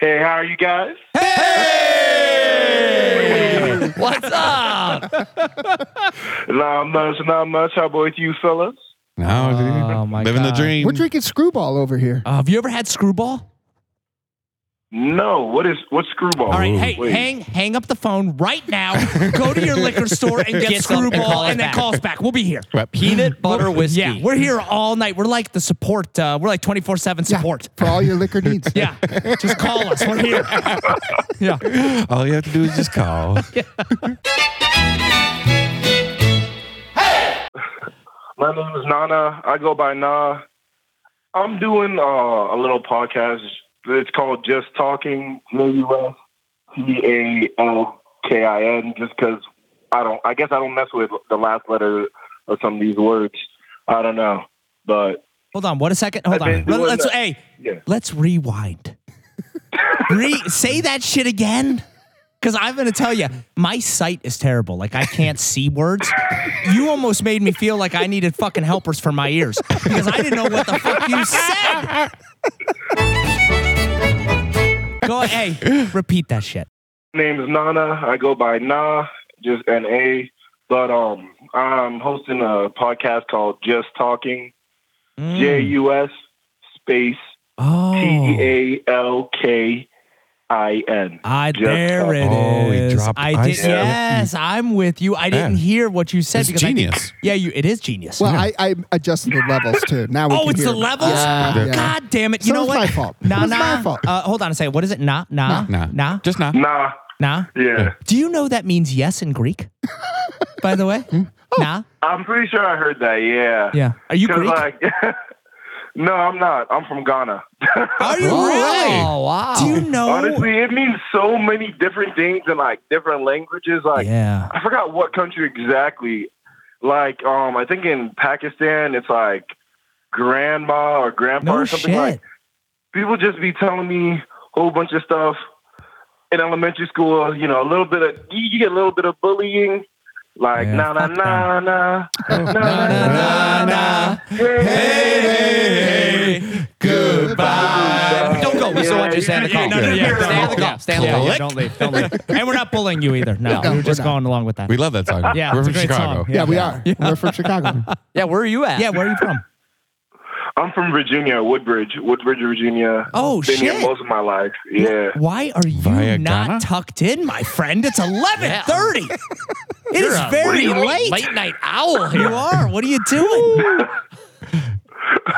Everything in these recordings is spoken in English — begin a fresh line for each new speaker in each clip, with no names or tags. Hey, how are you guys?
What's up?
Not much, not much. How about you, fellas?
Oh, my
living
God.
the dream.
We're drinking screwball over here.
Uh, have you ever had screwball?
No, what is what's screwball?
All right, hey,
Wait.
hang hang up the phone right now. Go to your liquor store and get,
Get some and
screwball,
call us
and, then
back.
call us back. We'll be here.
Right.
Peanut butter whiskey.
Yeah, we're here all night. We're like the support. Uh, we're like twenty four seven
Yeah,
support.
for all your liquor needs.
Yeah, just call us. We're here. Yeah.
All you have to do is just call.
My name is Nana. I go by Na. I'm doing uh, a little podcast. It's called Just Talking. Maybe well, T A L K I N. Just because I don't. I guess I don't mess with the last letter of some of these words. I don't know, but
Hold on. What a second.
I've
Hold on.
been
Let,
doing
let's
that.
hey.
Yeah.
Let's rewind. Re- say that shit again. Because I'm going to tell you, my sight is terrible. Like, I can't see words. You almost made me feel like I needed fucking helpers for my ears because I didn't know what the fuck you said. Go, hey, repeat that shit.
my name is Nana. I go by Na. Just N A. But um, I'm hosting a podcast called Just Talking. J U S space
Hmm. Mm. Oh.
T A L K I N.
I,
Just-
there it is.
Oh, he dropped
I did.
ice.
Yes, I'm with you. I didn't
Yeah.
hear what you said
It's
because I think-
genius.
yeah, you. It is genius.
Well, I, I adjusted the levels too. Now we
Oh,
can
it's
hear
the
it.
levels?
Yeah, yeah.
God damn it.
So
You know
it's
what?
my fault.
Nah,
It's
nah.
my fault.
Uh, hold on a second. What is it? Nah, nah,
Nah.
nah,
Just not.
Nah.
nah.
Yeah.
Do you know that means yes in Greek? By the way?
Hmm?
Nah?
Oh.
I'm pretty sure I heard that. Yeah.
Yeah. Are you
'Cause,
Greek?
like, no, I'm not. I'm from Ghana.
Are you really?
Oh, wow.
Do you know?
Honestly, it means so many different things in like different languages. Like,
yeah.
I forgot what country exactly. Like, um, I think in Pakistan, it's like grandma or grandpa
No
or something like.
shit.
people just be telling me a whole bunch of stuff in elementary school. You know, a little bit of you you get a little bit of bullying, like
Yeah,
nah nah
fuck Oh,
nah nah nah nah
Nah,
Uh,
nah.
nah.
Hey,
Goodbye. Uh, Don't go. We
We
still
still
Yeah,
want
want you to
yeah,
stay on the
yeah,
call.
no, no,
yeah,
stay on the
no.
call. Stay on the
Yeah,
call.
lick.
Don't leave. Don't leave.
And we're not bullying you either. No, we
we're
were just
not.
going along with that.
We love that song.
Yeah,
We're
it's a
from
great
Chicago.
song.
Yeah, we are.
Yeah.
We're from Chicago.
Yeah, where are you at?
yeah, where are you from?
I'm from Virginia, Woodbridge, Woodbridge, Virginia.
Oh,
Been here
shit.
most of my life. Yeah.
Why are you
Via
not
Ghana?
tucked in, my friend? It's eleven thirty. It is very late.
Late night owl
You
here.
are. What are you doing?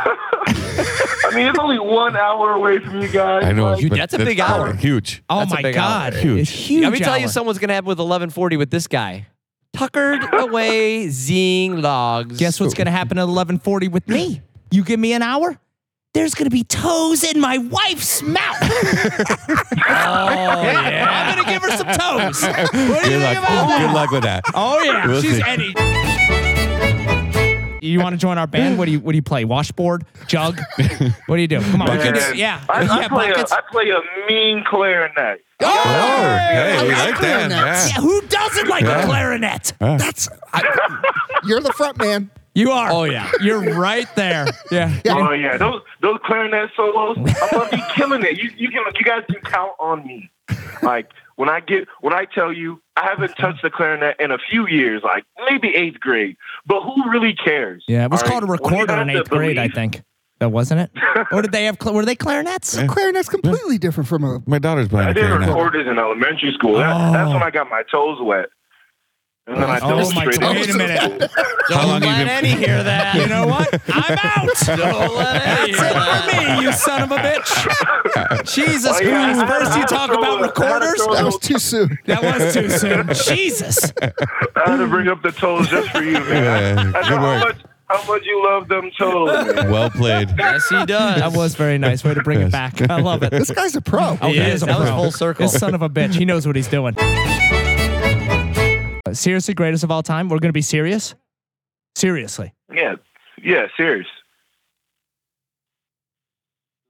I mean, it's only one hour away from you guys.
I know.
Like,
but
that's a big hour.
Huge.
Oh
That's a
my
big
god!
hour.
Huge.
It's huge.
Let me tell you
hour.
someone's going to happen with 1140 with this guy. Tuckered away zing logs.
Guess what's going to happen at eleven forty with me? You give me an hour. There's going to be toes in my wife's mouth.
Oh,
I'm going to give her some toes. What do you
Good
think
luck.
about
Good
that?
luck with that.
Oh yeah,
We'll
she's
see.
Eddie. You want to join our band? What do you What do you play? Washboard, jug. What do you do? Come on,
Buckets.
yeah,
I, I
yeah,
play a,
buckets.
I play a mean clarinet.
Oh, hey, we like that.
Yeah,
Yeah.
who doesn't like a
Yeah.
clarinet?
That's I, you're the front man.
You are. Oh yeah, you're right there. Yeah.
Oh yeah, those those clarinet solos, I'm gonna be killing it. You you can you guys can count on me. Like when I get when I tell you I haven't touched the clarinet in a few years, like maybe eighth grade. But who really cares?
Yeah, it was
All
called a
right? When you
recorder
have
in
to
eighth grade, I
believe-
think. That wasn't it. Or did they have? Cl- were they clarinets?
Clarinet's completely different from a.
My daughter's playing
I
a
did
clarinet.
recorders in elementary school. That, That's when I got my toes wet. And then I
Oh,
dove
my
straight
God.
into
Wait a
it.
minute.
How long
Don't
you
let
been-
any hear that.
You know what? I'm out.
Don't let any hear
That's it
that.
for me, you son of a bitch. Jesus
Oh, yeah, I
Christ!
had-
First
I
you
had to
talk
throw the- I
about
had to
recorders.
throw
That was too soon.
That was too soon. Jesus.
I had to bring up the toes just for you, man.
Yeah,
I know
good
how
work.
much how much you love them toes. Man.
Well played.
Yes, he does.
That was very nice. Way to bring it
Yes.
back. I love it.
This guy's a pro.
Oh,
Yes, that was full circle.
This son of a bitch. He knows what he's doing. Uh, Seriously, greatest of all time. We're going to be serious. Seriously.
Yeah, yeah, serious.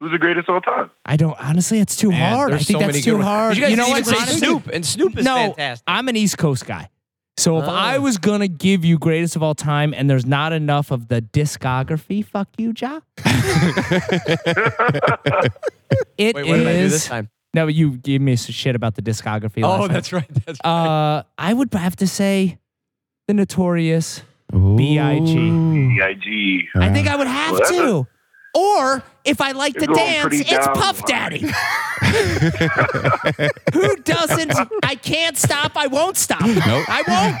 Who's the greatest of all time?
I don't, honestly, it's too
Man,
hard. I
there's
think
so
that's
many
too
good ones.
hard.
You, guys
know
didn't
what?
even say
honestly,
Snoop, and Snoop is
no,
fantastic.
I'm an East Coast guy. So if
Oh.
I was going to give you greatest of all time and there's not enough of the discography, fuck you, Ja. It is
Wait, what did I do this time?
No, but you gave me some shit about the discography.
Oh,
last night.
that's right. That's right.
Uh, I would have to say the Notorious.
Ooh.
B.I.G..
E B.I.G.
I think I would have
Well, that's
to. Or if I like
You're
to
going
dance,
pretty
it's
down
Puff
the
Daddy. Who doesn't? I can't stop. I won't stop.
Nope.
I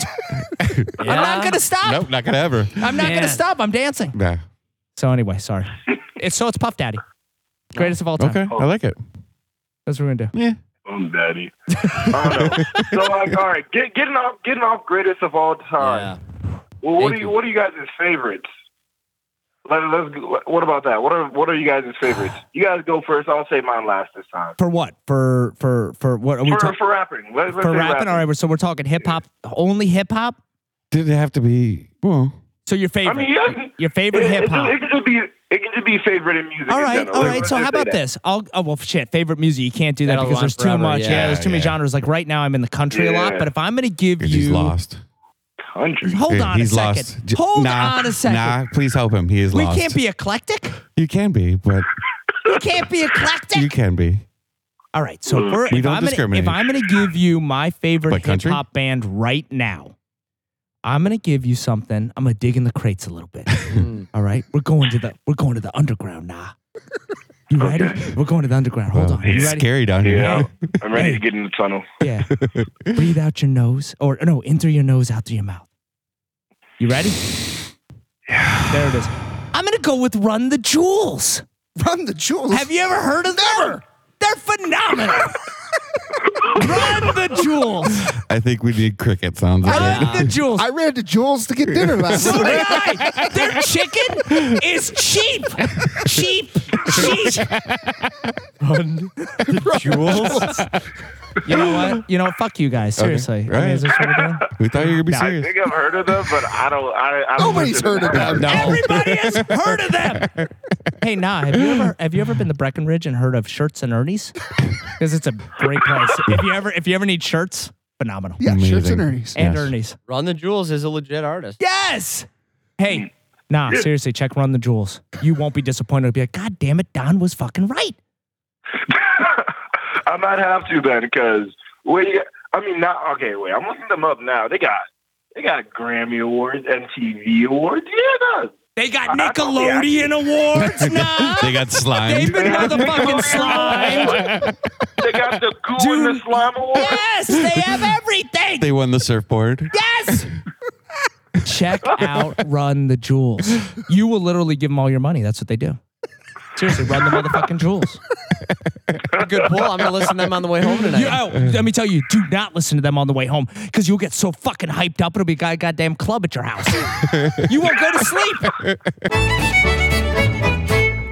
won't. I'm not gonna stop.
Nope, not gonna ever.
I'm not
Man.
gonna stop. I'm dancing.
Nah.
So anyway, sorry. It's so it's Puff Daddy, greatest of all time.
Okay, I like it.
That's what we're gonna do.
Yeah.
Um, daddy. I don't know. So like, all right, get, getting off, getting off greatest of all
Yeah.
time. Well, what
Thank
do you,
you.
what are you guys' favorites? Let, let's. go- What about that? What are what are you guys' favorites? You guys go first. I'll say mine last this time.
For what? For for for what are we
For,
talking?
for rapping, Let, let's
For
say
rapping. All right. we're- So we're talking hip hop. Only hip hop.
Did it have to be? Well,
So
I
your favorite.
mean, yeah,
your
it,
favorite hip
it,
hop.
it, could just be it could just be favorite in music.
All
in
right,
general.
all
Let's
right. So
just
how
say
about
that.
this? I'll oh well shit, favorite music. You can't do that
That'll
because
run
there's too
forever,
much. Yeah,
yeah,
there's too many
yeah.
genres. Like right now, I'm in the country a lot,
Yeah.
but if I'm gonna give
he's
you,
lost.
Country.
hold
Yeah,
on
he's
a second,
lost. J-
hold
nah,
on a second.
Nah, please help him. He is
we
lost.
can't be eclectic.
You can be, but
We can't be eclectic.
you can be.
all right, so if we're,
We
if,
don't
I'm gonna,
discriminate.
if I'm gonna give you my favorite
Like
hip
country?
hop band right now, I'm gonna give you something. I'm gonna dig in the crates a little bit.
Mm.
All right, we're going to the we're going to the underground. Nah, you ready? We're going to the underground. Hold
Well,
on, you
It's
ready?
scary down here.
Yeah, I'm ready to get in the tunnel.
Yeah. Breathe out your nose, or no, in through your nose, out through your mouth. You ready? There it is. I'm gonna go with Run the Jewels.
Run the jewels.
Have you ever heard of them? They're phenomenal. Run the Jewels.
I think we need cricket sounds.
Run
again.
the Jewels.
I ran to Jules to get dinner last
So
night.
did I. Their chicken is cheap. Cheap. Cheap.
Jewels.
You know what? You know, fuck you guys. Seriously.
right.
is this what we're doing?
we thought you were gonna be
I
serious.
think I've heard of them, but I don't. I, I don't
Nobody's
listen to
heard of them.
Everybody has heard of them. Oh. Hey, nah, have you ever have you ever been to Breckenridge and heard of Shirts and Ernie's? Because it's a great place. If you ever if you ever need shirts, phenomenal.
Yeah, shirts
Amazing.
and Ernie's.
And
Yes.
Ernie's.
Ron the Jewels is a legit artist.
Yes. Hey, nah, seriously, check Run the Jewels. You won't be disappointed. You'll be like, God damn it, Don was fucking right.
I might have to then, because what you, I mean, now okay. Wait, I'm looking them up now. They got they got Grammy awards, MTV awards. Yeah, no,
They got
I thought they actually-
Nickelodeon awards. Nah.
they got
They've
slimed.
been motherfucking slimed.
they got the goo and the
Dude.
slime awards.
Yes, they have everything.
They won the surfboard.
Yes. Check out Run the Jewels. You will literally give them all your money. That's what they do. Seriously, run the motherfucking jewels.
Good pull. I'm gonna listen to them on the way home tonight.
You- oh, let me tell you, do not listen to them on the way home because you'll get so fucking hyped up. It'll be a god- goddamn club at your house. you won't go to sleep.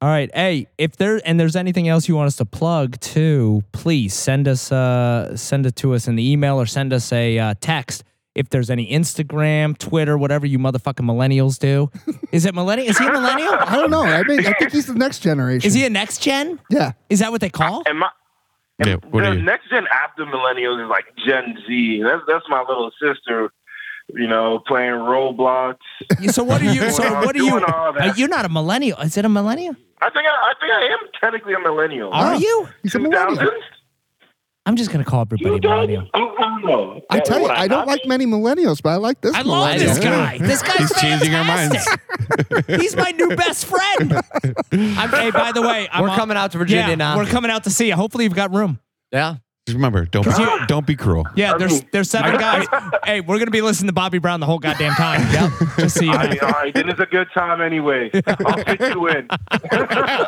All right, hey, if there and there's anything else you want us to plug too, please send us uh send it to us in the email or send us a uh, text. If there's any Instagram, Twitter, whatever you motherfucking millennials do, is it millennial? Is he a millennial?
I don't know. I mean, I think he's the next generation.
Is he a next gen?
Yeah.
Is that what they call?
And my
Yeah, what
the
are you?
next gen after millennials is like Gen Z. That's that's my little sister. You know, playing Roblox.
So what are you? So
Doing all-
what are you?
doing all that.
uh, You're not a millennial. Is it a millennial?
I think I, I think I am technically a millennial.
Are you?
He's a
Two
millennial.
thousands?
I'm just gonna call everybody
Two
a millennial.
thousands? I don't know.
I tell you,
Would
I don't
not
like
be?
many millennials, but I like this
I love
millennial.
this
Yeah.
guy. This guy's
He's changing our minds.
fantastic. He's my new best friend. I'm, hey, by the way, I'm
We're
on-
coming out to Virginia
yeah,
now.
We're coming out to see you. Hopefully, you've got room.
yeah.
Just remember, don't be, don't be cruel.
Yeah, there's
mean-
there's seven guys. Hey, we're gonna be listening to Bobby Brown the whole goddamn time. Yeah, just see you.
All right, all right, then it's a good time anyway. I'll fit you in.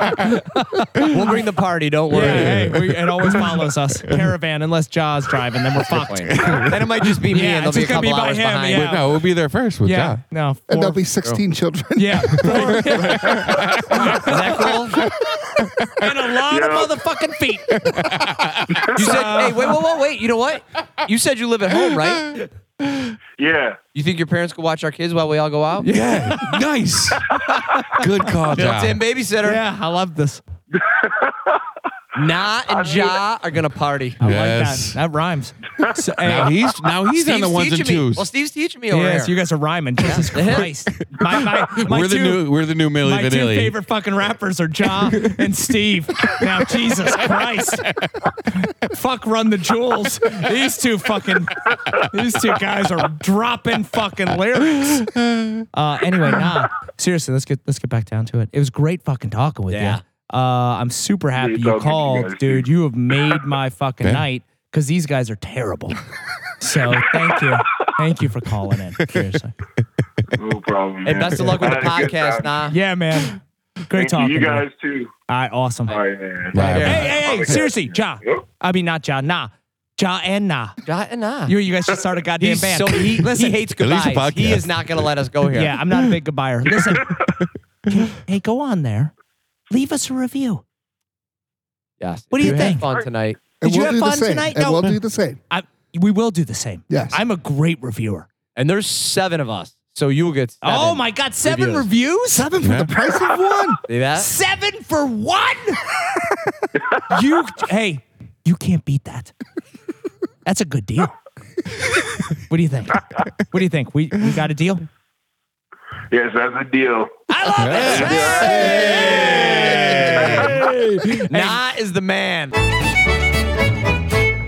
We'll bring the party. Don't
Yeah,
worry.
hey, we, it always follows us. Caravan, unless Jaws driving, then we're fucked.
then it might just be me,
Yeah,
and there'll
it's
be a
just gonna
couple
be by
hours
him,
behind.
yeah.
But no, we'll be there first with
Yeah,
John.
no.
And there'll
four-
be 16 children.
yeah, four-
Is that cool?
and a lot
Yeah.
of motherfucking feet.
You said, hey, wait, wait, wait, wait. You know what? You said you live at home, right?
Yeah.
You think your parents could watch our kids while we all go out?
Yeah, nice. Good call, John.
Built-in babysitter.
Yeah, I love this.
Na and
mean-
Ja are gonna party.
I like
Yes.
that. That rhymes. So, hey,
Now he's now he's on
Steve's
the ones and
teaching me.
twos.
Well, Steve's teaching me over
yes, you
here.
guys are rhyming. Jesus Christ. My, my, my
we're
two,
the new we're the new Millie
my two
Vanilli.
favorite fucking rappers are Ja and Steve. Now, Jesus Christ. Fuck Run the Jewels. These two fucking, these two guys are dropping fucking lyrics. Uh, anyway, nah. Seriously, let's get let's get back down to it. It was great fucking talking with
Yeah.
you. Uh, I'm super happy
Great talking
you
to you
called,
guys,
dude. You have made my fucking
Yeah.
night because these guys are terrible. So thank you, thank you for calling in. Seriously.
No problem. man.
And best of luck with
I
the
had a good
podcast,
time.
Nah.
Yeah, man. Great
Thank
talking.
you, you
man.
guys too.
All right, awesome.
All right, man.
Right.
Hey,
Yeah.
hey, hey!
Okay.
Seriously, Ja.
Yep.
I mean, not Ja. Nah, Ja and Nah.
Ja and Na.
You, you guys should start a goddamn
He's
band.
so he, he hates
At least a
goodbyes. He
podcast.
is not gonna let us go here.
Yeah, I'm not a big goodbyer. Listen, hey, hey, go on there. Leave us a review.
Yes.
What do you
Had
think?
Fun tonight.
Did you
we'll
have
do the
fun
same.
tonight?
And
No.
we'll do the same.
I, we will do the same.
Yes.
I'm a great reviewer.
And there's seven of us, so you will get. Seven.
Oh my God, seven
Reviews.
reviews?
Seven for
Yeah.
the price of one.
See that?
Seven for one? you, hey, you can't beat that. That's a good deal. What do you think? What do you think? We, we got a deal?
Yes, that's a deal.
I love it. Hey!
Na is the man.